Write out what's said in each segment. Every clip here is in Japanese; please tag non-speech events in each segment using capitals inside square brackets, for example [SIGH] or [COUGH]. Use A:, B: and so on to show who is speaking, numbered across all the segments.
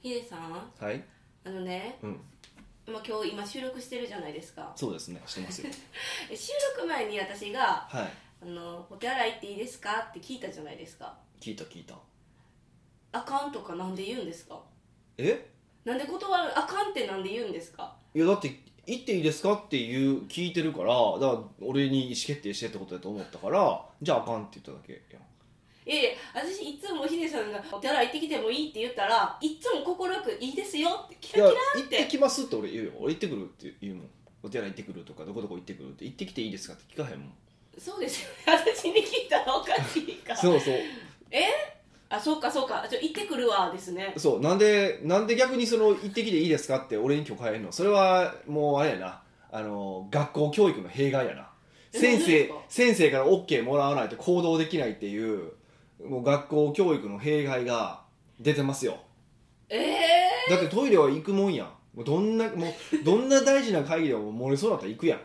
A: ヒデさん
B: はい
A: あのね、
B: うん
A: まあ、今日今収録してるじゃないですか
B: そうですねしてますよ
A: え収録前に私が
B: [LAUGHS] はい
A: 「あのお手洗いっていいですか?」って聞いたじゃないですか
B: 聞いた聞いた
A: 「あかん」とかなんで言うんですか
B: え
A: なんで断る「あかん」ってなんで言うんですか
B: いやだって行っていいですかっていう聞いてるからだから俺に意思決定してってことだと思ったからじゃああかんって言っただけやん
A: いやいや私いつもヒデさんが「お手洗い行ってきてもいい」って言ったらいつも快く「いいですよ」ってキ
B: い
A: ラ
B: や
A: キ
B: 行
A: ラっ
B: って
A: て
B: きますって俺言うよ俺行ってくるって言うもんお手洗い行ってくるとかどこどこ行ってくるって行ってきていいですかって聞かへんもん
A: そうですよね [LAUGHS] 私に聞いたらおかしいから
B: そうそう
A: あそうかそうかちょ行ってくるわですね
B: そうなんでなんで逆にその行ってきていいですかって俺に許可えんのそれはもうあれやなあの学校教育の弊害やな
A: え何
B: 先
A: です
B: 生
A: か
B: 先生から OK もらわないと行動できないっていうもう学校教育の弊害が出てますよ
A: ええ
B: だってトイレは行くもんやんもうどんなもうどんな大事な会議でも漏れそうだったら行くやん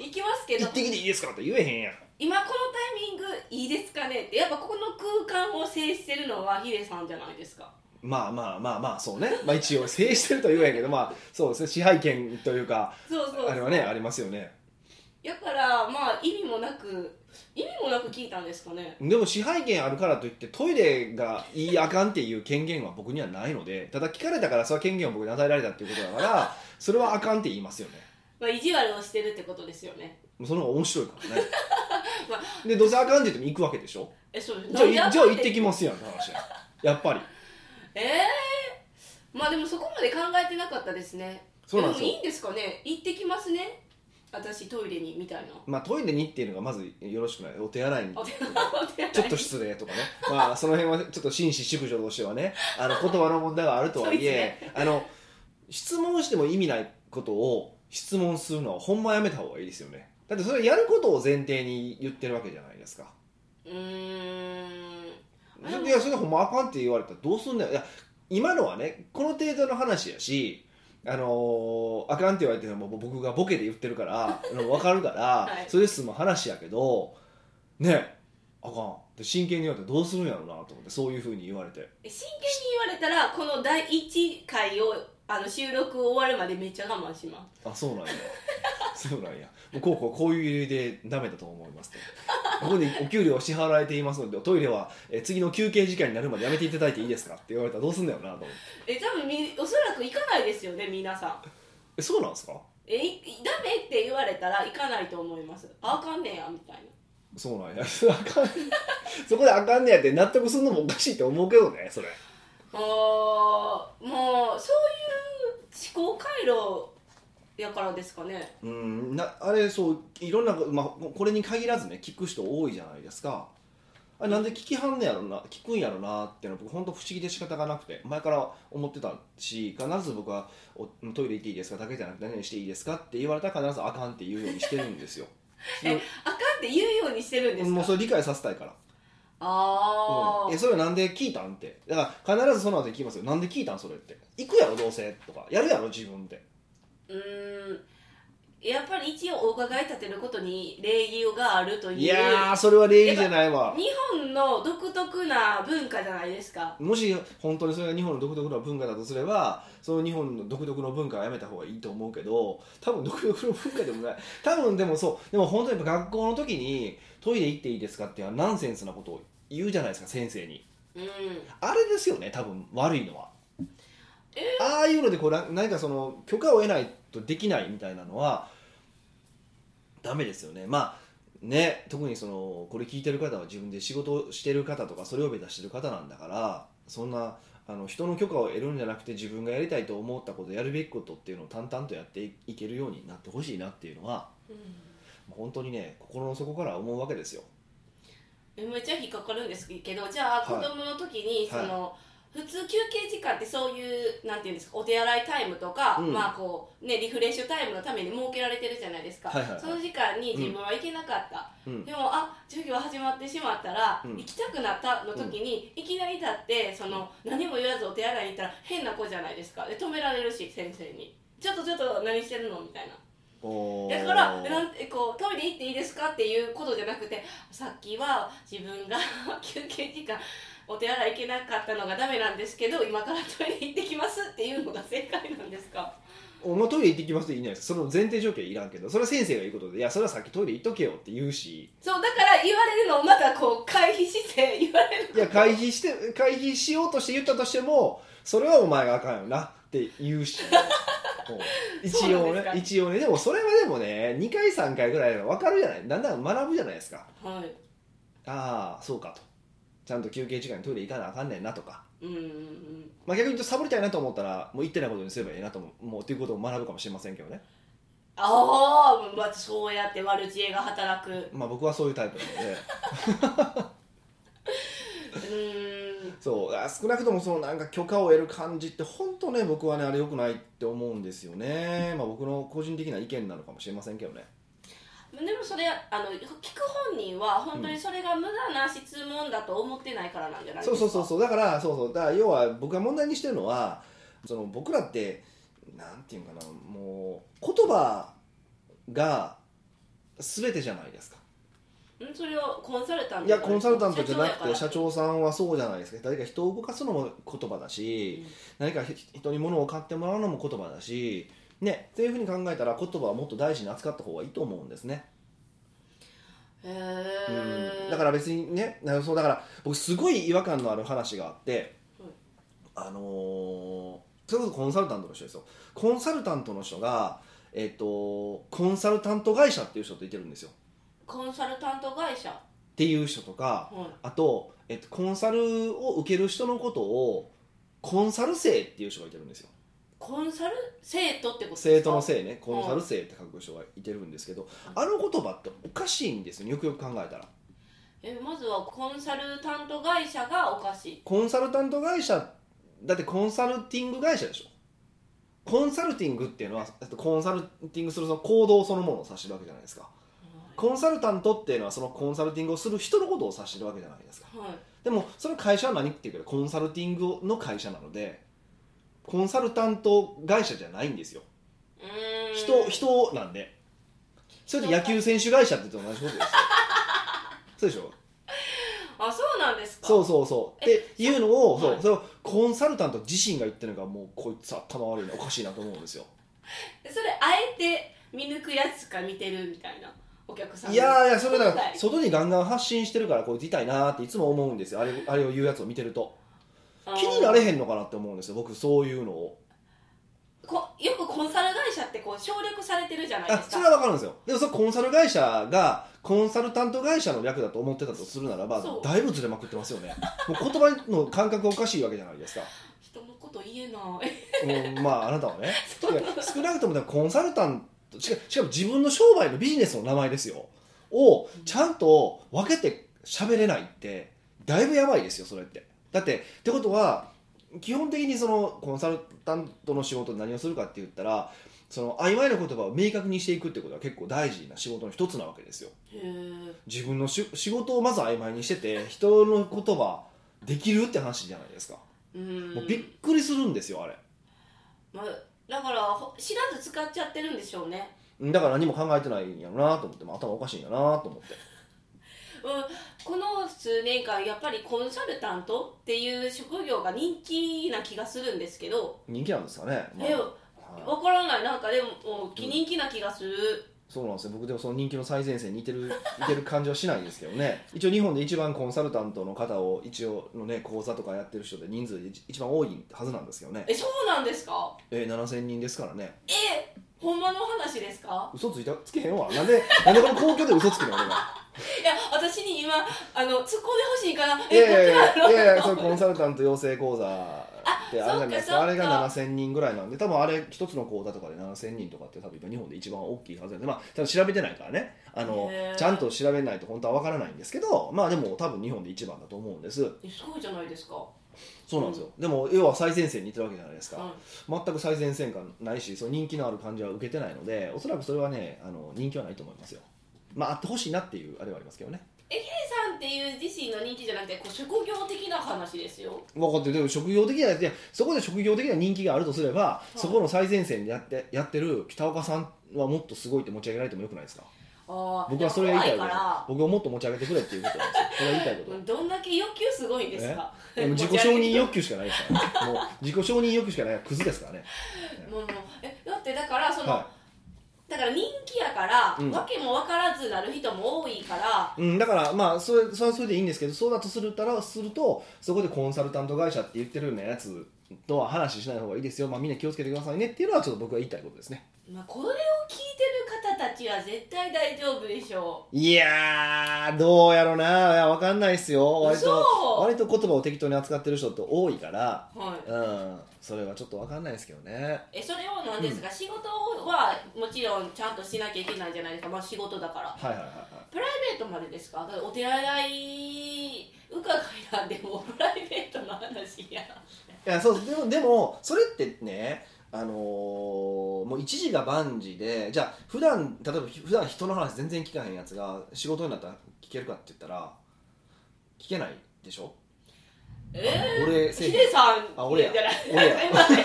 A: ー、行きますけ
B: 行
A: ど
B: ってきていいですかって言えへんやん
A: 今このタイミングいいですかねってやっぱここの空間を制してるのはヒデさんじゃないですか
B: まあまあまあまあそうね、まあ、一応制してるとは言えへんけどまあそうですね支配権というか
A: そうそう
B: あれはねありますよね
A: だからまあ意味もなく意味もなく聞いたんですかね
B: でも支配権あるからといってトイレがいいあかんっていう権限は僕にはないのでただ聞かれたからそれは権限を僕に与えられたっていうことだからそれはあかんって言いますよね
A: まあ意地悪をしてるってことですよね
B: もうその方が面白いか
A: [LAUGHS]
B: らね
A: まあ
B: でどうせあかんって言っても行くわけでしょ
A: えそうです
B: じゃあい
A: なんで
B: じゃあ
A: あかん
B: 行ってきますやんって話ややっぱり
A: ええまあでもそこまで考えてなかったですね
B: そうなんです
A: も
B: よ
A: いいんですかね行ってきますね私トイレにみたいな
B: まあトイレにっていうのがまずよろしくないお手洗いに
A: お手お手洗い
B: ちょっと失礼とかね、 [LAUGHS] まあ、その辺はちょっと紳士淑女としてはね、あの言葉の問題があるとはいえ、あの質問しても意味ないことを質問するのは、ほんまやめた方がいいですよね。だってそれやることを前提に言ってるわけじゃないですか。
A: うーんあでも
B: いや、それほんまあかんって言われたらどうすんだよ。いや、今のはね、この程度の話やし、あのーあかんって言われてるのも僕がボケで言ってるから、あのわかるから、
A: [LAUGHS] はい
B: それですむ話やけど、ね、あかん。で真剣に言われたらどうするんやろうなと思って、そういうふうに言われて。
A: 真剣に言われたらこの第1回をあの収録を終わるまでめっちゃ我慢しま
B: あ、そう
A: [LAUGHS]
B: なんや。そうなんや。もうこうこうこういう理由でダメだと思いますと。ここでお給料を支払われていますので、トイレはえ次の休憩時間になるまでやめていただいていいですかって言われたらどうすんだよなと思って。
A: え多分みおそらく行かないですよね皆さん
B: え、そうなんですか
A: えいダメって言われたら行かないと思いますああかんねやみたいな
B: そうなんや [LAUGHS] あかんそこであかんねやって納得するのもおかしいって思うけどねそれ
A: あーもうそういう思考回路やからですかね
B: うんなあれそういろんな、まあ、これに限らずね聞く人多いじゃないですかあれなんで聞きはんねやろな聞くんやろなっていうのは僕本当不思議で仕方がなくて前から思ってたし必ず僕はおトイレ行っていいですかだけじゃなくて何々していいですかって言われたら必ずあかんって言うようにしてるんですよ
A: [LAUGHS] えあかんって言うようにしてるんです
B: もうそ
A: か
B: れ理解させたいから
A: あ
B: うん、
A: ー
B: えそれなんで聞いたんってだから必ずその後に聞きますよなんで聞いたんそれって行くやろどうせとかやるやろ自分って
A: うーんやっぱり一応お伺い立てることに礼儀があるという
B: いやーそれは礼儀じゃないわ
A: 日本の独特な文化じゃないですか
B: もし本当にそれが日本の独特の文化だとすればその日本の独特の文化はやめた方がいいと思うけど多分独特の文化でもない多分でもそうでも本当にやっぱ学校の時にトイレ行っていいですかっていうのはナンセンスなことを言うじゃないですか先生に
A: うん
B: あれですよね多分悪いのは、
A: え
B: ああいうのでこうな何かその許可を得ないとできないみたいなのはダメですよねまあね特にそのこれ聞いてる方は自分で仕事をしてる方とかそれを目指してる方なんだからそんなあの人の許可を得るんじゃなくて自分がやりたいと思ったことやるべきことっていうのを淡々とやっていけるようになってほしいなっていうのは本当にね心の底から思うわけですよ。
A: えめっちゃ引っかかるんですけどじゃあ子
B: はい
A: 供の時に、
B: はい
A: その普通休憩時間ってそういうなんていうんですかお手洗いタイムとか、
B: うん
A: まあこうね、リフレッシュタイムのために設けられてるじゃないですか、
B: はいはいはい
A: その時間に自分は行けなかった、
B: うん
A: でもあ授業始まってしまったら、
B: うん
A: 行きたくなったの時に、いきなり立ってその何も言わずお手洗いに行ったら変な子じゃないですかで止められるし先生にちょっとちょっと何してるのみたいな
B: おー
A: だからなんてこうトイレ行っていいですかっていうことじゃなくてさっきは自分が [LAUGHS] 休憩時間お手洗い行けなかったのがダメなんですけど今からトイレ行ってきます
B: お前トイレ行ってきます」っていいんじゃないですかその前提条件いらんけどそれは先生が言うことで「いやそれはさっきトイレ行っとけよ」って言うし
A: そうだから言われるのをまたこう回避して言われる
B: いや回避して回避しようとして言ったとしてもそれはお前があかんよなって言
A: [LAUGHS]
B: うしもう一
A: そ
B: 応
A: うなんです
B: ね
A: か
B: 一応ねでもそれはでもね2回3回ぐらいは分かるじゃないだんだん学ぶじゃないですか
A: はい
B: ああそうかとちゃんと休憩時間にトイレ行かなあかんねんなとか、
A: うんうんうん
B: まあ、逆に言うとサボりたいなと思ったらもう行ってないことにすればいいなとももうっていうことを学ぶかもしれませんけどね
A: ああ、まあ、そうやって悪知恵が働くう
B: まあ僕はそういうタイプなので
A: ーん
B: そうあ少なくともそのなんか許可を得る感じって本当ね僕はねあれ良くないって思うんですよね、まあ、僕の個人的な意見なのかもしれませんけどね
A: でもそれあの聞く本人は本当にそれが無駄な質問だと思ってないからなんじゃないです
B: そう
A: か
B: そうそうそうだからそうそうだから要は僕が問題にしてるのはその僕らってなんていうのかなもう言葉が全てじゃないですか
A: うんそれをコンサルタント
B: いやコンサルタントじゃなくて社
A: や
B: 長さんはそうじゃないですか誰か人を動かすのも言葉だし、何か人に物を買ってもらうのも言葉だしねっていうふうに考えたら言葉はもっと大事に扱った方がいいと思うんですね、
A: からへ
B: う
A: え
B: んだから別にねなそうだから僕すごい違和感のある話があって、
A: はい
B: あのーそれこそコンサルタントの人ですよコンサルタントの人がえっ、とコンサルタント会社っていう人といてるんですよ
A: コンサルタント会社
B: っていう人とか、
A: はい
B: あと、えっと、コンサルを受ける人のことをコンサル生っていう人がいてるんですよ
A: コンサル生徒ってことですか
B: 生徒の生ねコンサル生って書く人がいてるんですけど、あの言葉っておかしいんですよねよくよく考えたら
A: えまずはコンサルタント会社がおかしい
B: コンサルタント会社だってコンサルティング会社でしょコンサルティングっていうのはえっとコンサルティングするその行動そのものを指してるわけじゃないですかコンサルタントっていうのはそのコンサルティングをする人のことを指してるわけじゃないですか
A: はい
B: でもその会社は何っていうかコンサルティングの会社なのでコンサルタント会社じゃないんですよ
A: うーん
B: 人人なんでそれと野球選手会社って言うと同じことです
A: [LAUGHS]
B: よそうでしょ
A: あそうなんですか
B: そうそうそうっていうのを
A: そうは
B: そう
A: い
B: それをコンサルタント自身が言ってるのがもうこいつ頭悪いなおかしいなと思うんですよ
A: それあえて見抜くやつか見てるみたいなお客さん
B: いやーいやそれだか
A: は
B: ら
A: い
B: 外にガンガン発信してるからこいつ痛いなーっていつも思うんですよあれあれを言うやつを見てると
A: あー
B: 気になれへんのかなって思うんですよ僕そういうのを
A: こよくコンサル会社ってこう省略されてるじゃないで
B: あ
A: す
B: そ
A: か
B: れは分かるんですよでもそれコンサル会社がコンサルタント会社の略だと思ってたとするならば
A: そう
B: だいぶずれまくってますよねもう言葉の感覚がおかしいわけじゃないですか、
A: 人のこと言えない
B: うん、まああなたはね
A: そう
B: いや少なくともだからコンサルタントしかしかも自分の商売のビジネスの名前ですよをちゃんと分けて喋れないってだいぶやばいですよそれってだってってことは基本的にそのコンサルタントの仕事で何をするかって言ったらその曖昧な言葉を明確にしていくってことは結構大事な仕事の一つなわけですよ
A: へー
B: 自分のし仕事をまず曖昧にしてて人の言葉できるって話じゃないですか
A: うーん
B: もうびっくりするんですよあれ
A: まあ、だからほ知らず使っちゃってるんでしょうね
B: だから何も考えてないんやろなと思って、まあ、頭おかしいんやなと思って
A: うんこの数年間やっぱりコンサルタントっていう職業が人気な気がするんですけど、
B: 人気なんですかね、まあ
A: え
B: はい
A: 分からないなんかでももう人気な気がする、
B: そうなんですよ僕でもその人気の最前線にいてるいてる感じはしないですけどね一応日本で一番コンサルタントの方を一応のね講座とかやってる人で人数で一一番多いはずなんですけどね
A: えそうなんですか
B: えー、7000人ですからね
A: えほんまの話ですか
B: 嘘ついたつけへんわなんでなんでこの公共で嘘つくの俺が
A: いや私に今あの突っ込んでほしいから
B: いやい
A: ど
B: やい
A: っちなの
B: やいやいやそれコンサルタント養成講座ってあれじゃないですか
A: そうか
B: あれ
A: そうか
B: が7000人ぐらいなんで多分あれ一つの講座とかで7000人とかって多分今日本で一番大きいはずなんでまあ多分調べてないからねあの
A: へー
B: ちゃんと調べないと本当は分からないんですけどまあでも多分日本で一番だと思うんです
A: えすごいじゃないですか、
B: そうなんですよ、でも要は最前線にいてるわけじゃないです
A: うん
B: か、全く最前線感ないしその人気のある感じは受けてないのでおそらくそれはねあの人気はないと思いますよまああってほしいなっていうあれはありますけどね
A: A さんっていう自身の人気じゃなくてこう職業的な話ですよ
B: 分かってるでも職業的なやついやそこで職業的な人気があるとすれば、
A: い
B: そこの最前線でやってやってる北岡さんはもっとすごいって持ち上げられてもよくないですか
A: あー
B: 僕はそれが言いたい
A: 怖い
B: わけ
A: か
B: 僕をもっと持ち上げてくれっていうことなんですよそれは言いた
A: [LAUGHS]
B: いこ
A: らう
B: と
A: んどんだけ欲求すごいんですか
B: でも自己承認欲求しかないですからねもう自己承認欲求しかないクズですからね
A: もうもうえだってってだからその、
B: は
A: だから人気やから、
B: うん
A: わけも分からずなる人も多いから
B: いうん、だからまあそれそれはそれでいいんですけどそうだとするたらするとそこでコンサルタント会社って言ってるようなやつとは話ししない方がいいですよ、まあ、みんな気をつけてくださいねっていうのはちょっと僕は言いたいことですね
A: まあ、これを聞いてる方たちは絶対大丈夫でしょ
B: いやーどうやろないやわかんないっすよ割と
A: 嘘
B: 割と言葉を適当に扱ってる人って多いから
A: う、はい、
B: うんそれはちょっとわかんないですけどね
A: えそれをなんですが、仕事はもちろんちゃんとしなきゃいけないじゃないですか、まあ、仕事だから
B: はいはいはいはい
A: プライベートまでですかだってお手洗い伺いなんでもプライベートの話や
B: いやそうでもでもそれってねあのーもう一時が万事でじゃあ普段例えば普段人の話全然聞かへんやつが仕事になったら聞けるかって言ったら聞けないでしょ
A: え
B: 俺
A: ー、
B: セー
A: ヒ
B: フ
A: [LAUGHS] デさん
B: あ俺や
A: じゃない
B: 俺
A: [LAUGHS]
B: や
A: すいません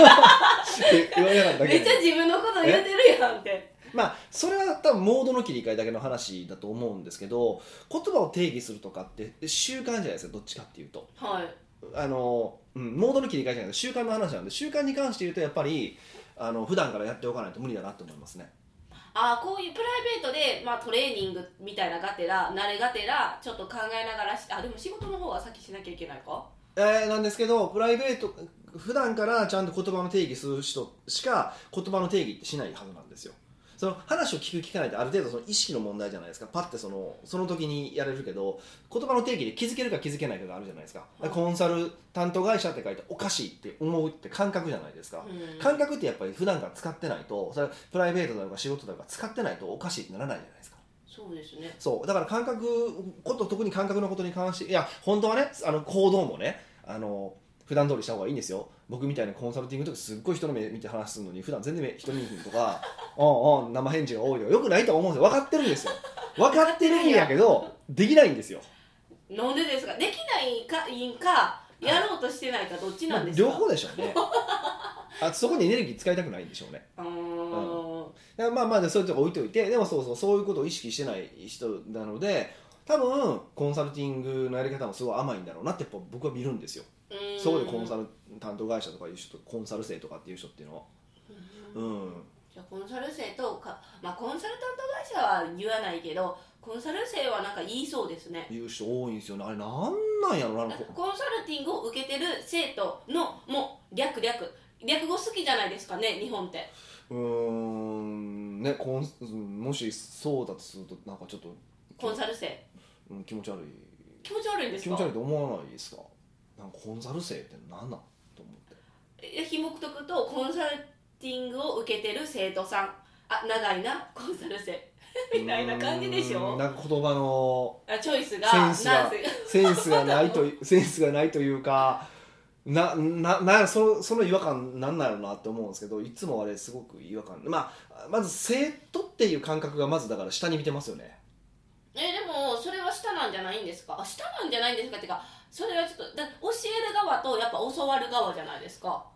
B: って言われなかった
A: め
B: け
A: っ
B: ど
A: ちゃ自分のこと言うてるやんって
B: まあそれは多分モードの切り替えだけの話だと思うんですけど言葉を定義するとかって習慣じゃないですかどっちかっていうと
A: はい
B: あの、うん、モードの切り替えじゃないです習慣の話なんで習慣に関して言うとやっぱりあの普段からやっておかないと無理だなと思いますね
A: あーこういうプライベートで、まあ、トレーニングみたいながてら慣れがてらちょっと考えながらしあでも仕事の方は先しなきゃいけないか
B: えーなんですけどプライベート普段からちゃんと言葉の定義する人しか言葉の定義ってしないはずなんですよその話を聞く聞かないってある程度その意識の問題じゃないですかパッてそのその時にやれるけど言葉の定義で気づけるか気づけないかがあるじゃないですか
A: はい
B: コンサル担当会社って書いておかしいって思うって感覚じゃないですか
A: うん
B: 感覚ってやっぱり普段から使ってないとそれはプライベートだとか仕事だとか使ってないとおかしいってならないじゃないですか
A: そうですね
B: そうだから感覚こと特に感覚のことに関していや本当はねあの行動もねあの普段通りした方がいいんですよ僕みたいなコンサルティングとかすっごい人の目見て話するのに普段全然目人見えへんとか [LAUGHS] うんうん生返事が多いよよくないと思うんですよ分かってるんですよ分かってるんやけどできないんですよ、
A: なんでですかできないかいいんかやろうとしてないかどっちなんですか、
B: 両方でしょうねあそこにエネルギー使いたくないんでしょうね
A: うーん
B: だからまあまあそういうとこ置いといてでもそうそうそういうことを意識してない人なので多分コンサルティングのやり方もすごい甘いんだろうなってやっぱ僕は見るんですよ
A: うん
B: そこでコンサル担当会社とかいう人コンサル生とかっていう人っていうのは
A: うん
B: うん
A: じゃあコンサル生とか、まあ、コンサルタント会社は言わないけどコンサル生はなんか言いそうですね
B: いう人多いんですよねあれなんなんやろなあの
A: なん
B: 子
A: かコンサルティングを受けてる生徒のもう略略略語好きじゃないですかね日本って
B: うーんねコンうんもしそうだとするとなんかちょっと
A: コンサル生
B: うん気持ち悪
A: 気持ち悪いんで
B: い
A: す
B: 気持ち悪
A: か
B: いと思わないですかなんかコンサル生って何なんと思って
A: えひもくとくとコンサルティングを受けてる生徒さんあ長いなコンサル生 [LAUGHS] みたいな感じでし
B: うーん
A: ょ
B: なんか言葉の
A: あチョイスが
B: センスが
A: なんせ
B: センスがない
A: [LAUGHS]
B: といセンスがないというかなななそのその違和感なんなのなって思うんですけどいつもあれすごく違和感まあまず生徒っていう感覚がまずだから下に見てますよね
A: えでもそれは下なんじゃないんですかあ下なんじゃないんですかっていうかそれはちょっとだ教える側とやっぱ教わる側じゃないですか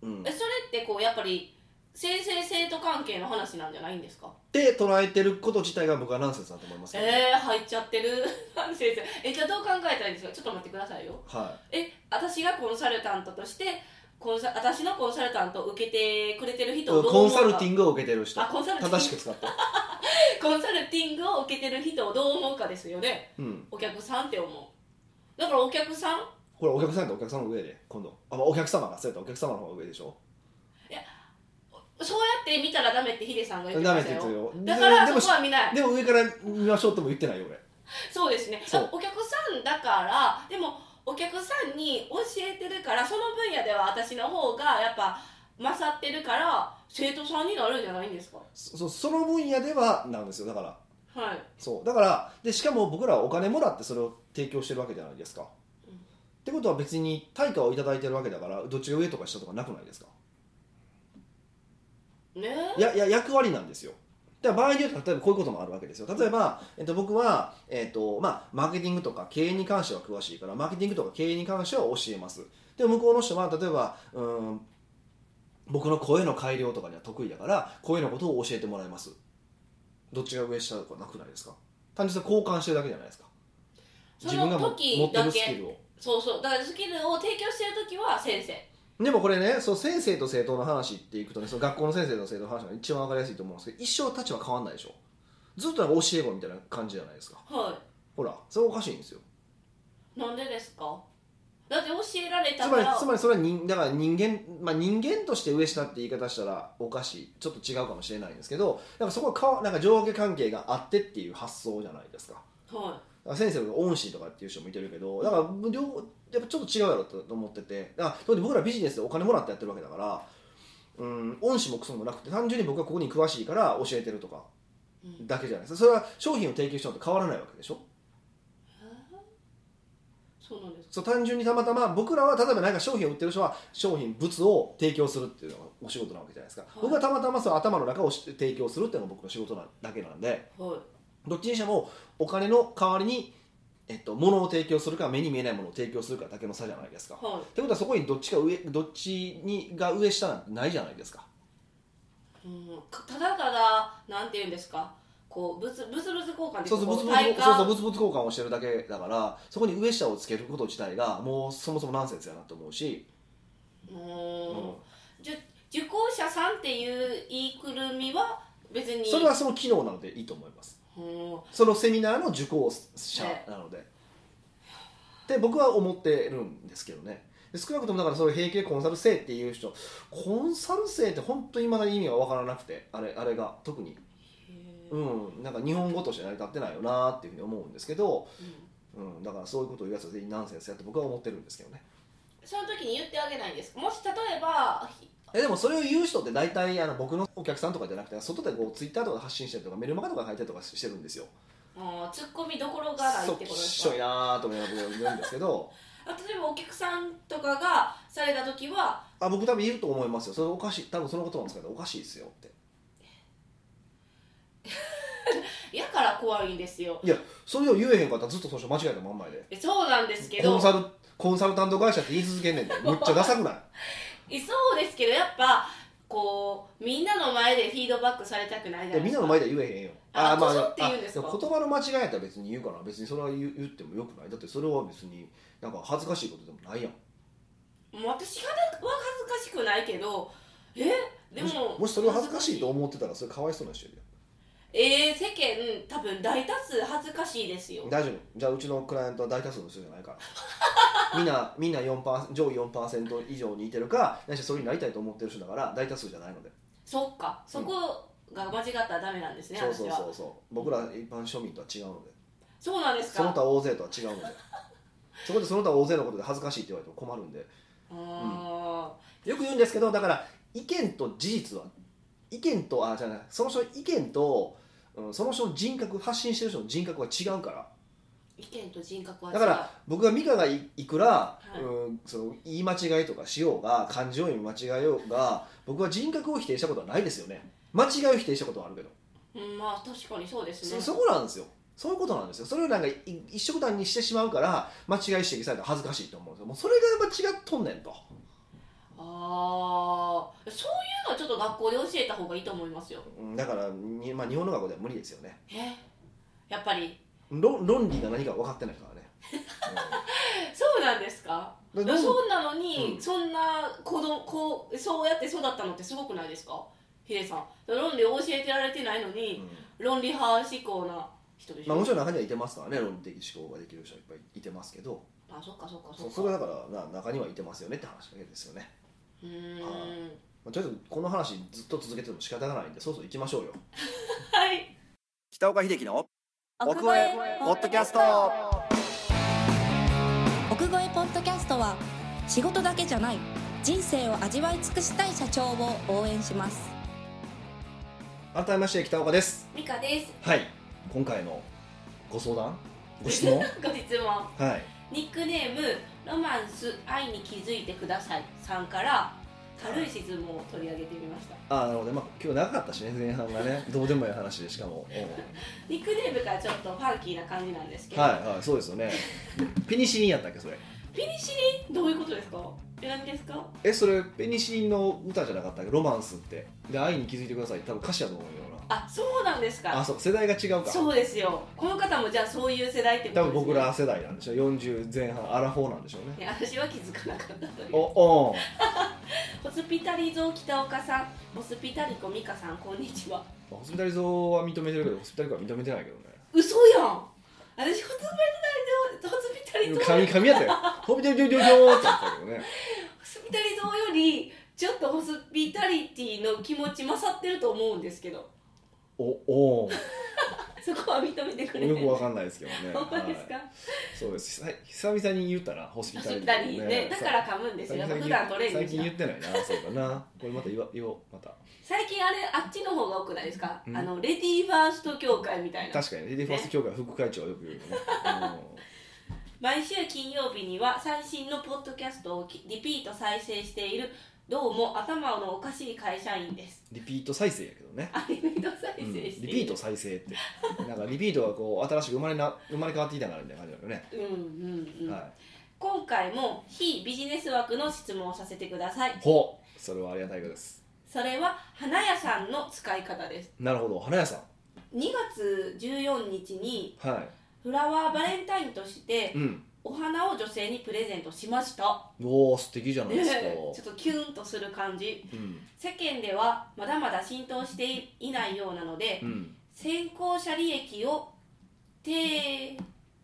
B: うん
A: えそれってこうやっぱり先生生徒関係の話なんじゃないんですか
B: で捉えてること自体が僕はナンセンスだと思いますけど、
A: えー、入っちゃってる [LAUGHS] なん先生えじゃあどう考えたらいいんですかちょっと待ってくださいよ
B: は
A: え私がコンサルタントとしてコンサ私のコンサルタントを受けてくれてる
B: い
A: 人をどう
B: コ
A: 思う
B: ン
A: か
B: サルティングを受けてる人
A: あコンサルティング
B: 正しく使って、
A: コンサルティングを受けてる人をどう思うかですよね
B: うん、
A: お客さんって思うだからお客さん
B: これお客さんとお客さんの上で今度あまあお客様がそうやったらお客様の方が上でしょ
A: そうやって見たらダメってヒデさんが言って
B: な
A: ま
B: め
A: した
B: て
A: よ
B: るよ
A: だから
B: でも
A: そこは見ない
B: でも上から見ましょうとも言ってないよ俺
A: そうですね
B: そう
A: お客さんだからでもお客さんに教えてるからその分野では私の方がやっぱ勝ってるから生徒さんになるんじゃないんですか
B: そそその分野ではなんですよだから
A: はい
B: そうだからでしかも僕らはお金もらってそれを提供してるわけじゃないですか、
A: うん
B: ってことは別に対価を頂いただいてるわけだからどっちが上とか下とかなくないですか
A: ね
B: いやいや役割なんですよだから場合によっては例えばこういうこともあるわけですよ例えば、えっと、僕は、えっとまあ、マーケティングとか経営に関しては詳しいからマーケティングとか経営に関しては教えますでも向こうの人は例えばうん僕の声の改良とかには得意だから声のことを教えてもらいますどっちが上下とかなくないですか単純に交換してるだけじゃないですか
A: そ
B: 自分
A: の
B: がも
A: 時
B: 持って
A: だ
B: るスキ
A: け
B: ルを
A: そうそうだからスキルを提供してる時は先生
B: でもこれねその先生と生徒の話っていくとねその学校の先生と生徒の話が一番わかりやすいと思うんですけど一生立場変わんないでしょずっとなんか教え子みたいな感じじゃないですか
A: は
B: ほらそれおかしいんですよ
A: いなんでですかだって教えられた
B: つ
A: か
B: まり
A: ら
B: つまりそれは人だから人間、まあ、人間として上下って言い方したらおかしいちょっと違うかもしれないんですけどなんかそこはかわなんか上下関係があってっていう発想じゃないですか
A: は
B: だから先生が恩師とかっていう人もいてるけどだから両やっぱちょっと違うやろとと思っててだから特に僕らビジネスでお金もらってやってるわけだから、うん、恩師もクソもなくて単純に僕はここに詳しいから教えてるとか
A: い、うん
B: だけじゃないですかそれは商品を提供したのと変わらないわけでしょ
A: そうなんですか
B: そう単純にたまたま僕らは例えば何か商品を売ってる人は商品物を提供するっていうのがお仕事なわけじゃないですか、
A: い
B: 僕はたまたまその頭の中をし提供するっていうのが僕の仕事なだけなんで
A: はい
B: どっちにしてもお金の代わりに、えっと、物を提供するか目に見えないものを提供するかだけの差じゃないですか、
A: はい
B: ってことはそこにどっちか上どっちにが上下なんてないじゃないですか
A: うんただただなんて言うんですかこうブツブツブツ交換で
B: そうそう
A: こ
B: 物
A: う
B: 々
A: 体
B: 交
A: 幹
B: そうそう物々交換をしてるだけだからそこに上下をつけること自体がもうそもそもナンセンスやなと思うし、
A: うん
B: うん
A: じゅ受講者さんっていう言いくるみは別に
B: それはその機能なのでいいと思います
A: うん
B: そのセミナーの受講者なので。って僕は思ってるんですけどね。で少なくともだからそういう平気でコンサル生っていう人コンサル生って本当にまだに意味が分からなくてあれあれが特に、
A: へー
B: うん、なんか日本語として成り立ってないよなっていうふうに思うんですけど、
A: うん
B: うん、だからそういうことを言うやつは全員ナンセンスやって僕は思ってるんですけどね
A: その時に言ってあげないんですかもし例えばひ
B: えでもそれを言う人って大体あの僕のお客さんとかじゃなくて外でこうツイッターとかで発信したりとかメルマガとかで書いたりとかしてるんですよ
A: もうツッコミどこ [LAUGHS] ろがないってこと
B: そう
A: で
B: きっ
A: す
B: し
A: か
B: ょいなーと思いながら僕は言うんですけど
A: あ例えばお客さんとかがされた時は
B: あ僕多分いると思いますよそれおかしい多分そのことなんですけどおかしいですよって
A: 嫌から怖いんですよ
B: いやそれを言えへんかったらずっとその人間違えたまんまやで
A: えそうなんですけ
B: コ
A: ど
B: ンサルコンサルタント会社って言い続けんね
A: [LAUGHS]
B: んでむっちゃダサくない
A: えそうですけどやっぱこうみんなの前でフィードバックされたくないじゃな
B: いや
A: いで
B: みん
A: す
B: なの
A: か
B: 前では言えへんよ
A: あ
B: ーま
A: こそって言うんですか
B: あでも言葉の間違いやったら別に言うから別にそれは言う言ってもよくないだってそれは別になんか恥ずかしいことでもないやん
A: もう私がは恥ずかしくないけどえでも
B: しもしそれを恥ずかしいと思ってたらそれかわいそうな人いる
A: えー、世間多分大多数恥ずかしいですよ
B: よ大丈夫じゃあうちのクライアントは大多数の人じゃないから
A: [LAUGHS]
B: みんなみんな4%上位4%以上にいてるかないしはそういうになりたいと思ってる人だから大多数じゃないので
A: そっかそこが間違ったらダメなんですね、
B: そう
A: 私
B: そう
A: は
B: そうそう僕ら一般庶民とは違うので
A: そうなんです
B: その
A: か
B: 他大勢とは違
A: [LAUGHS]
B: うのでそこでその他大勢のことで恥ずかしいって言われても困るんで
A: うーん
B: よく言うんですけどだから意見と事実は意見とあじゃないその人の意見と、うん、その人の人格発信してる人の人格は違うから
A: 意見と人格は違う
B: だから僕が美香がいいくら、
A: い
B: うん、その言い間違いとかしようが漢字を読み間違えようが僕は人格を否定したことはないですよね間違いを否定したことはあるけど
A: うんまあ確かにそうですね
B: そそこなんですよそういうことなんですよそれをなんかい一色単にしてしまうから間違い指摘されたら恥ずかしいと思うんですよもうそれがやっぱ違っとんねんと
A: ああそういうのはちょっと学校で教えた方がいいと思いますよ
B: うんだからに、まあ、日本の学校では無理ですよね
A: えやっぱり
B: 論論理が何か分かってないからね、
A: そうなんですか
B: うんだから論
A: そうなのに、
B: うん
A: そんな子供こうそうやって育ったのってすごくないですかヒデさん論理を教えてられてないの
B: 理う
A: に、
B: ん
A: 論理派思考な人でし
B: ま
A: ょ、
B: あ、もちろん中にはいてますからね論理的思考ができる人はいっぱいいてますけど
A: あそっかそっかそ
B: そ
A: っか
B: それはだからな中にはいてますよねって話だけですよね、
A: うーん
B: まあ、とりあえずこの話ずっと続けても仕方がないんでそうそう行きましょうよ
A: はい
B: 北岡秀樹の
C: 奥越えポッドキャスト奥越えポッドキャストは仕事だけじゃない人生を味わい尽くしたい社長を応援します
B: 改めまして北岡です
A: 美香です
B: はい今回のご相談ご質問
A: ご質問
B: はい
A: ニックネーム「ロマンス愛に気づいてください」さんから軽い質問を取り上げてみました
B: あなので、まあ、今日長かったしね前半
A: [LAUGHS]
B: がねどうでもいい話でしかも、うん
A: ニックネームがちょっとファンキーな感じなんですけど、
B: はいはいそうですよねピニシリンやったっけそれ
A: ピニシリンどういうことですかえ何ですか
B: えそれペニシリンの歌じゃなかったっけロマンスってで愛に気づいてください多分歌詞だと思うよ
A: あそうなんです
B: なあ
A: か
B: そう世代が違うか
A: そうですよこの方もじゃあそういう世代ってこと
B: 多
A: です、ね、
B: 分僕ら世代なんでしょう40前半アラフォーなんでしょうね
A: いや私は気づかなかったという
B: おお
A: ホスピタリゾー北岡さんホスピタリコミカさんこんにちは
B: ホスピタリゾーは認めてるけどホスピタリゾーは認めてないけどね
A: 嘘やん私ホスピタリゾーホスピタリゾー
B: 髪髪
A: [LAUGHS]
B: やったよホビデリデリデリデリって言ったけどね
A: ホスピタリゾーよりちょっとホスピタリティの気持ち勝ってると思うんですけど
B: おお
A: そこは認めてくれて
B: よ
A: る
B: くわかんないですけどね
A: [LAUGHS] ほんまですか、
B: はいそうです久久々に言ったなホスピ
A: ホ
B: タ
A: ス
B: リ
A: ピタリねだから噛むんです
B: 最
A: よ
B: 近
A: 普段取れる
B: 最
A: んじ
B: 近
A: ゃ
B: 言っ
A: ん
B: てないなそうだなこれまた言わ言おうまた
A: 最近あれあっちの方が多くないですか、
B: うん
A: あのレディーファースト協会みたいな
B: 確かにレディーファースト協会副会長はよく言うよね
A: 毎週金曜日には最新のポッドキャストをきリピート再生しているどうも頭のおかしい会社員です
B: うんリピート再生やけど
A: [LAUGHS]
B: ね
A: アニメの再
B: うん
A: 生
B: リ
A: し
B: ピ
A: て
B: ート再生ってなんかリピートがこう新しく生まれな生まれ変わってきたからみたいな感じだよね、
A: うんうんうん、
B: はい
A: 今回も非ビジネス枠の質問をさせてください
B: ほうそれはありがたいことです
A: それは花屋さんの使い方です
B: なるほど花屋さん
A: 2月14日に
B: は
A: フラワーバレンタインとして
B: いうん
A: お花を女性にプレゼントしました、
B: おお素敵じゃない
A: ね
B: ですか、
A: え [LAUGHS] ちょっとキュンとする感じ
B: うん
A: 世間ではまだまだ浸透していないようなので
B: うん
A: 先行者利益を提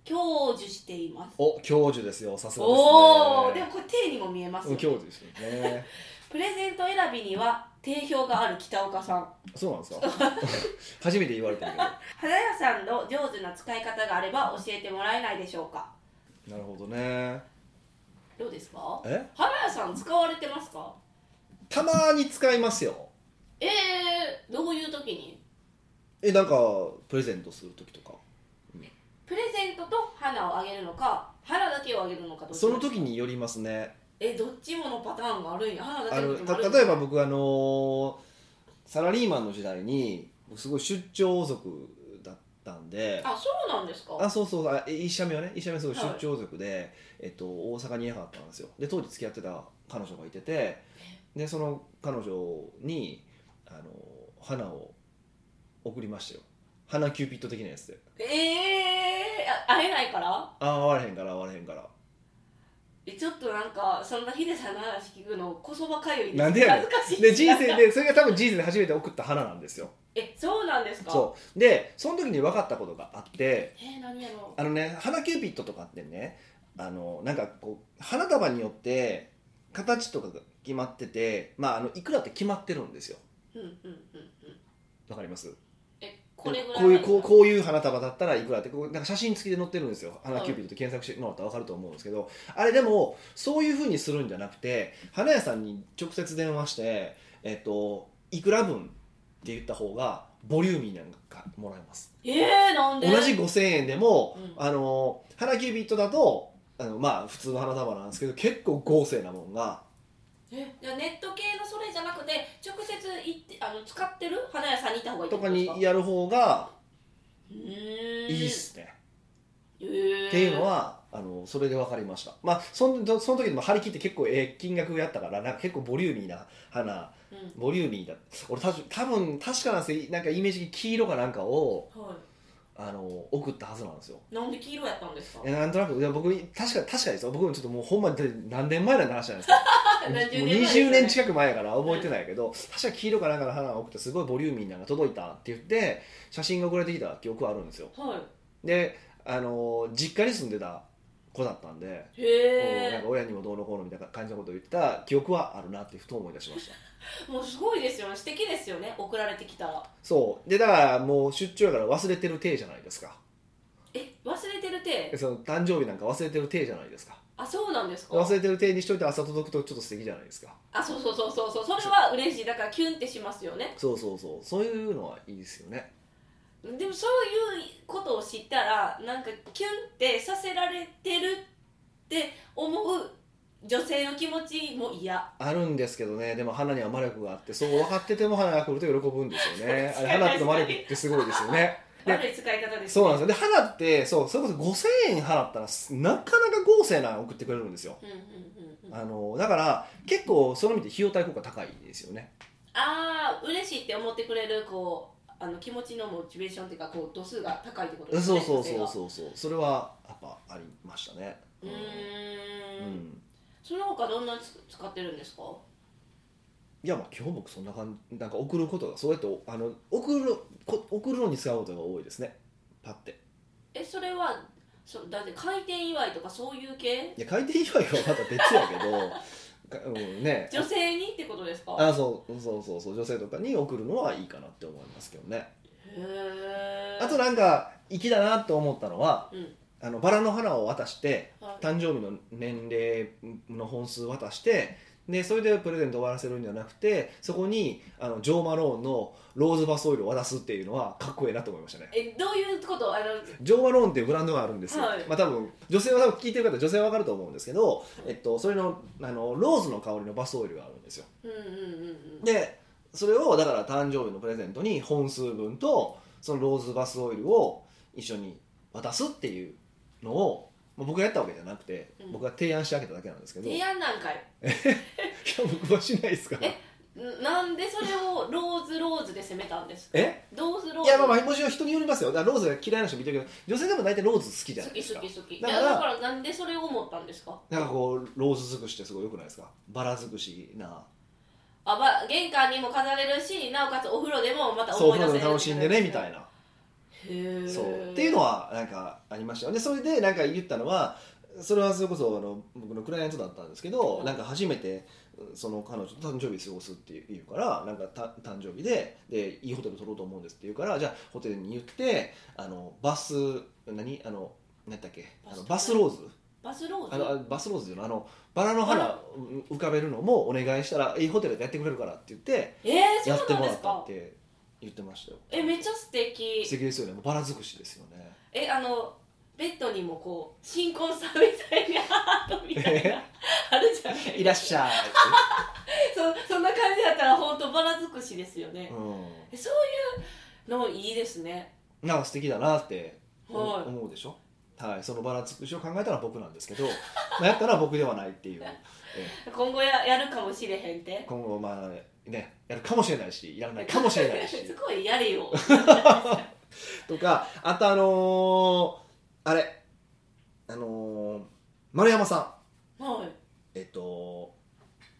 A: 享受しています
B: お教授ですよさすがですね
A: おおーでもこれ手にも見えます
B: う
A: よ
B: ん教授ですよね
A: プレゼント選びには定評がある北岡さん
B: そうなんです [LAUGHS] か初めて言われたけ
A: 花屋さんの上手な使い方があれば教えてもらえないでしょうか
B: どなるほどね
A: どうですか
B: え
A: 花屋さん使われてますか
B: たまに使いますよ
A: えー、どういう時に
B: えなんかプレゼントする時とか
A: プレゼントと花をあげるのか花だけをあげるのかどっち
B: その時によりますね
A: えどっちものパターンがあるんや花だ
B: あ
A: けの
B: の
A: 時もあ
B: た
A: るんや
B: 例えば僕あのーサラリーマンの時代にすごい出張族だったんで
A: あそうなんですか
B: あそうそうあえ一社目はね一社目はすごい
A: はい
B: 出張族で、えっと、大阪にいなかったんですよで当時付き合ってた彼女がいててでその彼女にあの花を送りましたよ花キューピッド的なやつで
A: ええー、あ会えないから
B: ああ会われへんから会われへんから
A: えちょっとなんかそんなヒデさんの話聞くのこそばかゆい
B: なんでやね
A: 恥ずかしい
B: んで人生でそれが多分人生で初めて送った花なんですよ
A: えそうなんですか
B: そうでその時に分かったことがあって
A: えー、何やろ
B: あのね花キューピッドとかってねあのなんかこう花束によって形とかが決まっててまああのいくらって決まってるんですよ
A: ううんうんうんうん
B: わかります
A: えこれぐらい
B: こういうこうこういう花束だったらいくらってこうなんか写真付きで載ってるんですよ「花キューピッド」って検索してもらったら分かると思うんですけどあれでもそういうふうにするんじゃなくて花屋さんに直接電話して、えっと、いくら分って言った方がボリューミーなんかもらえます
A: えー、なんで
B: 同じ5000円でも、
A: うん
B: あの花キュービットだとあのまあ普通の花束なんですけど結構豪勢なもんが
A: えじゃあネット系のそれじゃなくて直接行ってあの使ってる花屋さんに行った方がいいって
B: と
A: こ
B: か
A: です
B: にやる方が
A: うーん
B: いいっすね、
A: えー、
B: っていうのはあのそれで分かりましたまあそんその時でも張り切って結構ええ金額やったからなんか結構ボリューミーな花
A: うん、
B: ボリューミーだ俺た多分確かなんですよなんかイメージ的に黄色かなんかを
A: は
B: あの送ったはずなんですよ
A: いなんで黄色やったんですか
B: いやなんとなくいや僕確か確かですよ僕もちょっともうほんまに何年前なんて話じゃないですか
A: [LAUGHS] 何十
B: もう
A: 年前ですよね
B: 20年近く前やから覚えてないけど確か黄色かなんかの花が多くてすごいボリューミーなのが届いたって言って写真が送られてきた記憶はあるんですよ
A: は
B: であのー実家に住んでた子だったんで、
A: い
B: こうなん
A: へ
B: か親にもどうのこうのみたいな感じのことを言ってた記憶はあるなってふと思い出しました
A: えもうすごいですよね素敵ですよね送られてきたら
B: そうでだからもう出張やから忘れてる体じゃないですか
A: え忘れてる手
B: その誕生日なんか忘れてる体じゃないですか
A: あそうなんですか
B: 忘れてる体にしといて朝届くとちょっと素敵じゃないですか
A: あそうそうそうそうそうそれは嬉しいだからキュンってしますよね
B: そうそうそうそういうのはいいですよね
A: でもそういうことを知ったらなんかキュンってさせられてるって思う女性の気持ちも嫌
B: あるんですけどねでも花には魔力があってそう分かってても花が来ると喜ぶんですよねあ
A: 確か
B: れ
A: に
B: 花と魔力ってすごいですよねで
A: 悪い使い方です、ね、
B: そうなんですよで花ってそうそれこそ5000円払ったらなかなか豪勢なの送ってくれるんですよ
A: うんうんうんうんうん
B: あのだから結構その意味で費用対効果高いですよね
A: ああ嬉しいって思ってくれるこうあの気持ちのモチベーションっていうかこう度数が高いってことです
B: そ
A: ね
B: うそう
A: 女性
B: そ
A: が
B: うそうそうそれはやっぱありましたね
A: うーん
B: うん
A: その他どんなのつ使ってるんですか
B: いやまあ今日僕そんな感じなんか送ることがそうやっておあの送るこ送るのに使うことが多いですねパッて
A: えそれはそだって開店祝いとかそういう系
B: いや回転祝いはまた別やけど [LAUGHS] かうんね
A: 女性にってことですか
B: あそうそうそうそう女性とかに送るのはいいかなって思いますけどね
A: へえ
B: あとなんか粋だなと思ったのは
A: うん
B: あのバラの花を渡して
A: はい
B: 誕生日の年齢の本数渡してでそれでプレゼント終わらせるんじゃなくてそこにあのジョー・マローンのローズバスオイルを渡すっていうのはかっこいいなと思いましたね
A: えどういうことあの
B: ジョー・マローンっていうブランドがあるんですよ、
A: はい
B: まあ、多分女性は多分聞いてる方女性は分かると思うんですけど、えっと、それのあのローズの香りのバスオイルがあるんですよ
A: うんうんうんうん
B: でそれをだから誕生日のプレゼントに本数分とそのローズバスオイルを一緒に渡すっていうのを、まあ、僕がやったわけじゃなくて、
A: うん
B: 僕が提案してあげただけなんですけどい
A: 提
B: や
A: 案なんかい
B: 僕はしないですから
A: えんなんでそれをローズローズで攻めたんですか
B: え
A: ローズロー
B: い
A: ズ
B: やまあまあもちろん人によりますよだからローズが嫌いな人もいるけど女性でも大体ローズ好きじゃな
A: 好
B: いで
A: き
B: す
A: 好
B: か
A: き好きい
B: だ
A: や
B: から
A: だからなんでそれを思ったんですか
B: なんかこうローズ尽くしってすごいよくないですかバラ尽くしな
A: あば玄関にも飾れるしなおかつお風呂でもまた
B: そう
A: 思
B: 普
A: い出せ
B: 段
A: る
B: 楽しんでねみたい
A: な
B: な
A: へえ
B: そうっていうのはなんかありましたよねそれでなんか言ったのはそれはそれこそあの僕のクライアントだったんですけど、
A: うん
B: なんか初めてうんその彼女と誕生日過ごすって言うからなんかた誕生日ででいいホテル取ろうと思うんですって言うからじゃあホテルに言ってあのバス何あの何だっけあのバ
A: バ
B: ス
A: ス
B: ローズ
A: バスローズ
B: あのあバスローズっていうのあのバラの花うん浮かべるのもお願いしたらいいホテルでやってくれるからって言って
A: えー、
B: やっ
A: そう
B: て
A: なん
B: も
A: で
B: ら
A: す
B: ったっ
A: か
B: て言ってましたよ
A: えめっちゃ素敵
B: 素敵ですよねもうバラ尽くしですよね
A: えあのベッドにもこう新婚さんみたいなハートみたいなあるじゃない
B: [LAUGHS] いらっしゃい
A: そそんな感じだったら本当バラ尽くしですよね、
B: う
A: えそういうのいいですね
B: ん、なんか素敵だなって
A: はい
B: 思うでしょ、はい、そのバラつくしを考えたら僕なんですけど [LAUGHS] まあやったら僕ではないっていう、え
A: 今後ややるかもしれへんって
B: 今後まあねやるかもしれないしやらないかもしれないし
A: [LAUGHS]
B: [LAUGHS]
A: すごいやれよ
B: とかあとあのーあれあのー丸山さ
A: はい
B: んえっと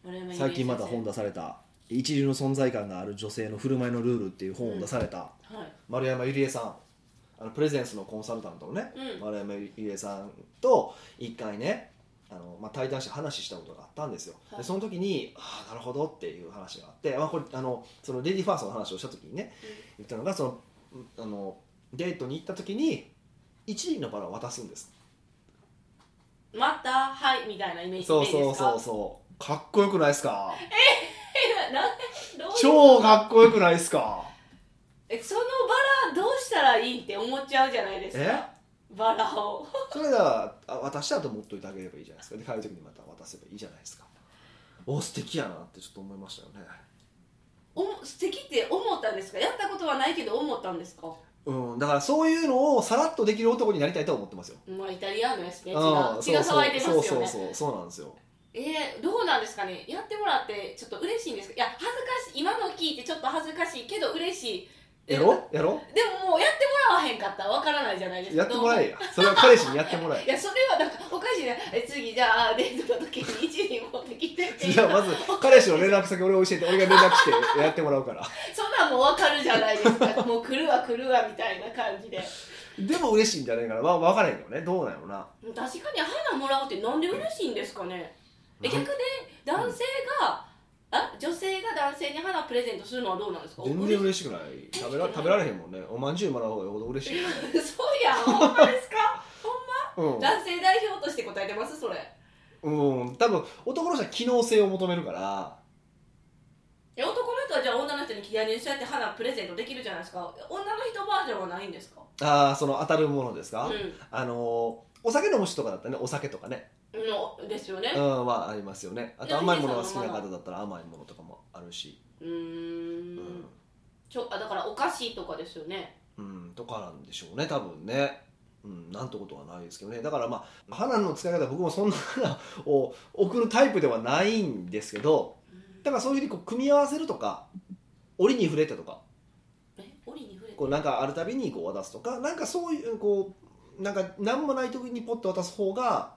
A: 丸山
B: 最近また本
A: 田
B: 出された「一流の存在感がある女性の振る舞いのルール」っていう本を出された、
A: はい
B: 丸山ゆりえさんあのプレゼンスのコンサルタントのね、
A: うん
B: 丸山ゆりえさんと一回ねあの、まあ、対談して話したことがあったんですよ、
A: はい
B: でその時にああなるほどっていう話があって、まあ、これあのそのレディーファーストの話をした時にね言ったのがそのうんあのデートに行った時に一輪のバラを渡すんです
A: またはいみたいなイメージでい
B: そ
A: いうですか
B: そうそうそうかっこよくないですか
A: え [LAUGHS] ななんでどういう
B: 超かっこよくないですか
A: えそのバラどうしたらいいって思っちゃうじゃないです
B: え
A: かバラを
B: それがあ渡したと持っといてあげればいいじゃないですかで帰る時にまた渡せばいいじゃないですかお素敵やなってちょっと思いましたよね
A: おも素敵って思ったんですかやったことはないけど思ったんですか
B: うんだからそういうのをさらっとできる男になりたいとは思ってますよ
A: まあイタリアーノやしね血
B: あ
A: が
B: あ
A: 血が騒いでますよね
B: そうそうそうそうそうなんですよ
A: えー、どうなんですかねやってもらってちょっと嬉しいんですかいや恥ずかしい今の聞いてちょっと恥ずかしいけど嬉しいで
B: やろやろ
A: でももうやってもらわへんかったらわからないじゃないですか
B: やっても
A: ど
B: ら
A: う
B: えやそれは彼氏にやってもら
A: い [LAUGHS]
B: え
A: やそれはなんかおかしいなえ次じゃあデートの時に一人持ってきてって
B: [LAUGHS]
A: いう
B: じゃあまず彼氏の連絡先俺教えて俺が連絡してやってもらうから
A: そんなんもうわかるじゃないですかもう来るわ来るわみたいな感じで
B: でも嬉しいんじゃないかな、まあ、分からへんけどねどうなんやろうな
A: 確かに花もらうってなんで嬉しいんですかねえ逆で男性が、あ女性が男性に花プレゼントするのはどうなんですか
B: 全然嬉しくない食べら食べられへんもんねおまんじゅうもらう方がよほど嬉しい
A: [LAUGHS]
B: よね、
A: そう
B: [LAUGHS]
A: やんほんまですか
B: うん、
A: 男性代表として答えてますそれ
B: うん多分男の人は機能性を求めるから
A: え男の人はじゃあ女の人に気軽にそうやって花プレゼントできるじゃないですか女の人バージョンはないんですか
B: ああその当たるものですか、
A: う
B: あのーお酒飲む人とかだったらねお酒とかね
A: んのですよね
B: うんはありますよねあ
A: い
B: と
A: や
B: 甘いものが好き
A: ヒデさ
B: な
A: んの
B: 方だったら甘いものとかもあるし
A: うー
B: うんん、
A: ちょあだからお菓子とかですよね
B: うん、とかなんでしょうね多分ねうん、なんてことはないですけどねだからまあ花の使い方僕もそんな花を送るタイプではないんですけどだからそういうふうにこう組み合わせるとか折に触れてとか
A: え折に触れて
B: こうなんかあるたびにこう渡すとかなんかそういうこうなんか何もない時にポッと渡す方が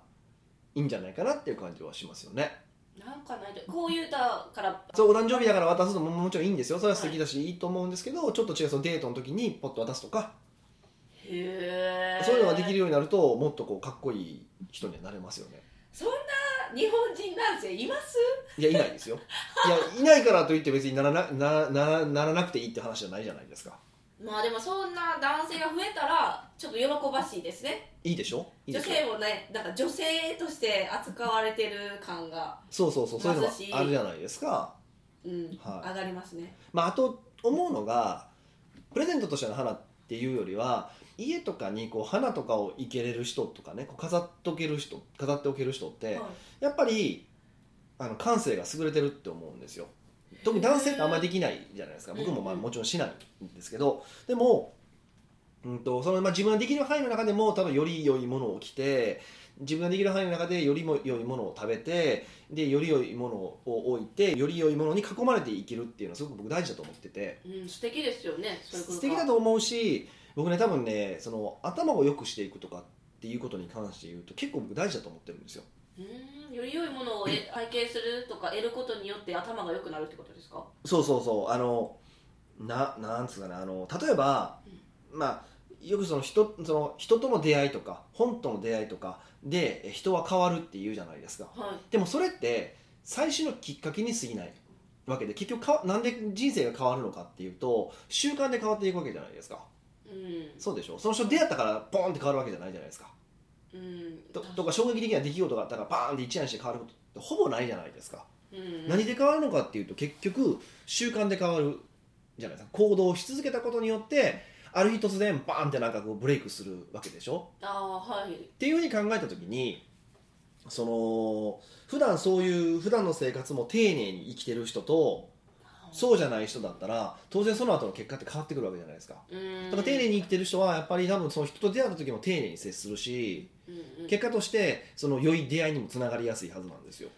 B: いいんじゃないかなっていう感じはしますよね。
A: なんかないとこういうだから
B: そうお誕生日だから渡すのももちろんいいんですよそれは素敵だし、い、いと思うんですけどちょっと違うそのデートの時にポッと渡すとか、
A: へえ
B: そういうのができるようになるともっとこうかっこいい人にはなれますよね
A: そんな日本人男性います
B: いやいないですよいやいないからといって別にならなななならなくていいって話じゃないじゃないですか
A: まあでもそんな男性が増えたらちょっと喜ばしいですね
B: いいでしょいい
A: 女
B: でしょ
A: 性をねなんか女性として扱われてる感が、
B: そうそうそうそういうのが
A: 貧しい
B: あるじゃないですか、
A: うん
B: はい
A: 上がりますね
B: まあ、あと思うのがプレゼントとしての花っていうよりは家とかにこう花とかを生けれる人とかねこう飾っとける人飾っておける人って、
A: は
B: やっぱりあの感性が優れてるって思うんですよ特に男性ってあんまりできないじゃないですか僕もまあ
A: うんうん
B: もちろんしないんですけどでも、うん、とそのまあ自分ができる範囲の中でも多分より良いものを着て自分ができる範囲の中でよりも良いものを食べてでより良いものを置いてより良いものに囲まれていけるっていうのはすごく僕大事だと思ってて
A: うん素敵ですよねそういうこと
B: 素敵だと思うし僕ね多分ねその頭を良くしていくとかっていうことに関して言うと結構僕大事だと思ってるんですよ。
A: うんより良いものをえ体験するとか得ることによって頭が良くなるってことですか
B: そうそうそうあのななんつうかなあの例えば、まあよくその人その人との出会いとか本との出会いとかでえ人は変わるって言うじゃないですか
A: はい
B: でもそれって最初のきっかけに過ぎないわけで結局かわなんで人生が変わるのかっていうと習慣で変わっていくわけじゃないですか
A: うん
B: そうでしょその人出会ったからポーンって変わるわけじゃないじゃないですか
A: うん
B: ととか衝撃的な出来事があったからバーンって一夜にして変わることってほぼないじゃないですか
A: うん
B: 何で変わるのかっていうと結局習慣で変わるじゃないですか行動をし続けたことによってある日突然バーンってなんかこうブレイクするわけでしょ
A: ああーはい
B: っていうふうに考えた時にその普段そういう普段の生活も丁寧に生きてる人とそうじゃない人だったら当然その後の結果って変わってくるわけじゃないですか
A: うん
B: だから丁寧に生きてる人はやっぱり多分その人と出会った時も丁寧に接するし
A: うんうん
B: 結果としてその良い出会いにもつながりやすいはずなんですよ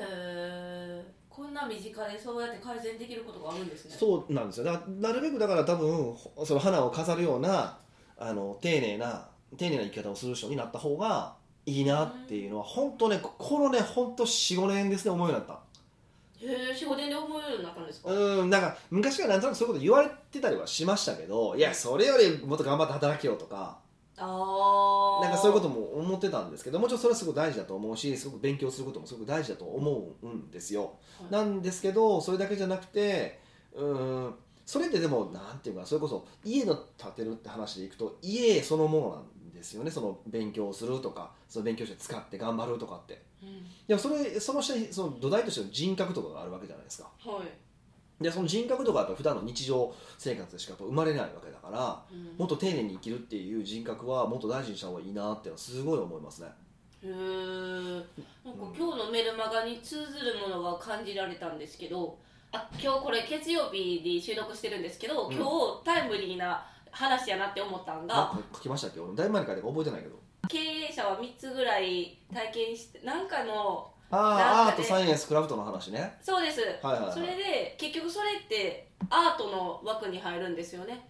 A: へえこんな身近でそうやって改善できることがあるんですね
B: そうなんですよだなるべくだから多分ほその花を飾るようなあの丁寧な丁寧な生き方をする人になった方がいいなっていうのは本当ねここのね本当45年ですね思うようになっ
A: へえ45年で思うようになったんです
B: た
A: か
B: うんなんか昔からなんとなくそういうこと言われてたりはしましたけどいやそれよりもっと頑張って働けよとか
A: ああ
B: なんかそういうこととも思ってたんですけどもちろんそれはすごく大事だと思うしすごく勉強することもすごく大事だと思うんですよ、
A: はい
B: なんですけどそれだけじゃなくてうーんそれってでもなんていうかそれこそ家の建てるって話でいくと家そのものなんですよねその勉強をするとかその勉強して使って頑張るとかって
A: うん
B: でもそれその下にその土台としての人格とかがあるわけじゃないですか
A: はい
B: でその人格とかはやっぱ普段の日常生活でしかやっぱ生まれないわけだから
A: うん
B: もっと丁寧に生きるっていう人格はもっと大事にした方がいいなっていうのはすごい思いますね
A: へえんか今日のメルマガに通ずるものが感じられたんですけどあ今日これ月曜日に収録してるんですけど
B: うん
A: 今日タイムリーな話やなって思ったん
B: なん
A: が、
B: か書きましたっけ俺だいぶ前に書いて覚えてないけど
A: 経営者は3つぐらい体験してなんかの
B: あ
A: な
B: あ
A: ん
B: アー
A: かね
B: トサイエンスクラフトの話ね
A: そうです、
B: はいはいはい
A: それで結局それってアートの枠に入るんですよね、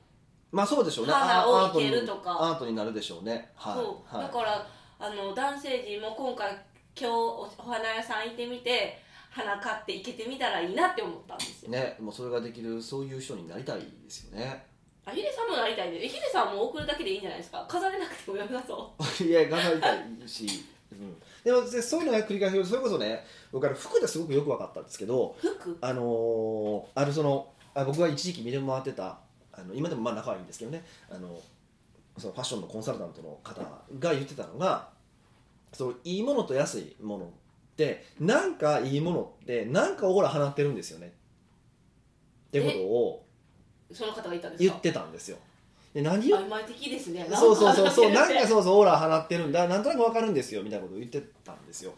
B: まあそうでしょうね
A: 花を
B: あアートに
A: 生けるとか
B: アートになるでしょうねはい
A: そう
B: はい
A: だからあの男性陣も今回今日お花屋さん行ってみて花買って行けてみたらいいなって思ったんですよ
B: ねもうそれができるそういう人になりたいですよね [LAUGHS]
A: あヒデさんもなりたいんでえヒデさんも送るだけでいいんじゃないですか飾れなくてもよさそ
B: いや頑張りたいし、うん、でもでそういうのが繰り返しそれこそね僕あの服ですごくよく分かったんですけど
A: う服
B: あのーあるそのあ僕が一時期見て回ってたあの今でもまあ仲はいいんですけどねあのそのファッションのコンサルタントの方が言ってたのがそのいいものと安いものってなんかいいものってなんかオーラ放ってるんですよねってことを
A: その方がいたんです
B: 言
A: か
B: ってたんですよ。で何を
A: 曖昧的ですね
B: そうそうそうそうなんか
A: か
B: そうそうオーラ放ってるんだなんとなくわかるんですよみたいなことを言ってたんですよ、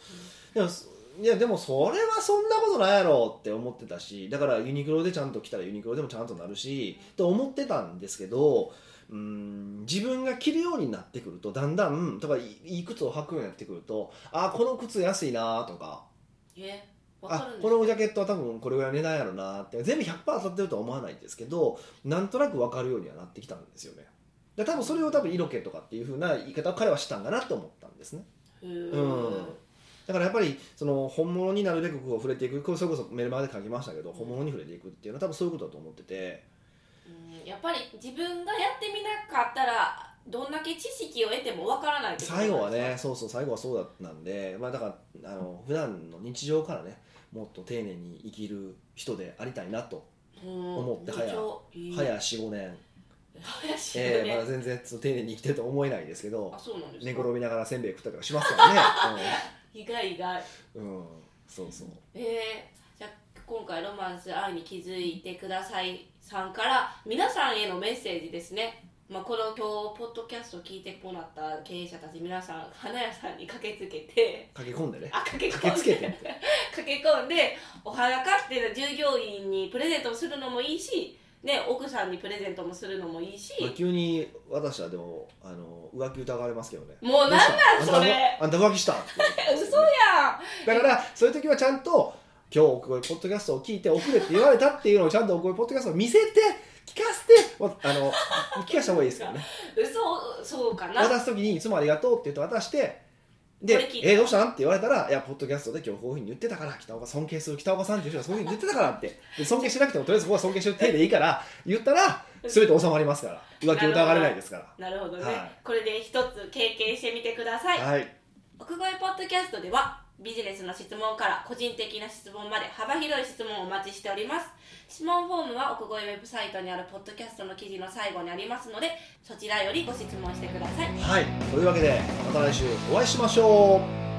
B: でもそいやでもそれはそんなことないやろって思ってたしだからユニクロでちゃんと来たらユニクロでもちゃんとなるしと思ってたんですけどうーん自分が着るようになってくるとだんだんとかいいい靴を履くようになってくるとあーこの靴安いなーとか
A: えわか
B: あ
A: るんで
B: こ
A: すか
B: のジャケットは多分これぐらいの値段やろなって全部100%当たってるとは思わないんですけどなんとなく分かるようにはなってきたんですよねで多分それを多分色気とかっていうふうな言い方を彼はしたんだなと思ったんですね
A: うー
B: うんだからやっぱりその本物になるべくこう触れていくこれそれこそメルマガで書きましたけど本物に触れていくっていうのは多分そういうことだと思ってて
A: うんやっぱり自分がやってみなかったらどんだけ知識を得てもわからないってことなん
B: 最
A: です
B: 後
A: か
B: はねそうそう最後はそうだったんで、まあ、だからあの普段の日常からねもっと丁寧に生きる人でありたいなと
A: うん
B: 思って早
A: い
B: 早45年、
A: 早し [LAUGHS] ね、
B: えーまだ全然そう丁寧に生きてると思えないですけど
A: あそうなんです
B: 寝
A: か
B: 転びながらせんべい食ったりとかしま
A: [LAUGHS]
B: すからね、
A: 意外意外
B: うん、うんそうそう
A: えー、じゃあ今回「ロマンス愛に気づいてください」さんから皆さんへのメッセージですね、まあ、この今日ポッドキャストを聞いてもらった経営者たち皆さん花屋さんに駆けつけて
B: 駆け込んでね
A: あ駆け込
B: 駆
A: ん
B: け
A: で
B: つけてって
A: [LAUGHS] 駆け込んでお花買って従業員にプレゼントをするのもいいし、ね、奥さんにプレゼントもするのもいいし
B: まあ、急に私はでもあの浮気疑われますけどね
A: もうなんなんそれ
B: あんた浮気したんって言われ
A: え [LAUGHS]
B: て
A: 嘘や
B: だからそういう時はちゃんと今日こういうポッドキャストを聞いて遅れって言われたっていうのをちゃんとこういうポッドキャストを見せて聞かせてわあの聞かした方がいいですけどね
A: ん嘘そうかな
B: 渡す時にいつもありがとうって言って渡して
A: こ
B: で
A: れ聞い
B: 「
A: た
B: えどうしたん?」って言われたら「いやポッドキャストで今日こういうふうに言ってたから北岡尊敬する北岡さんっていう人がそういうふうに言ってたから」ってで尊敬しなくてもとりあえず僕は尊敬してる手でいいから言ったら全て収まりますから浮気疑われないですから。
A: なるほどね、
B: はい
A: これで一つ経験してみてください、
B: はい
A: 奥越ポッドキャストではビジネスの質問から個人的な質問まで幅広い質問をお待ちしております質問フォームは奥越ウェブサイトにあるポッドキャストの記事の最後にありますのでそちらよりご質問してください
B: はい、というわけでまた来週お会いしましょう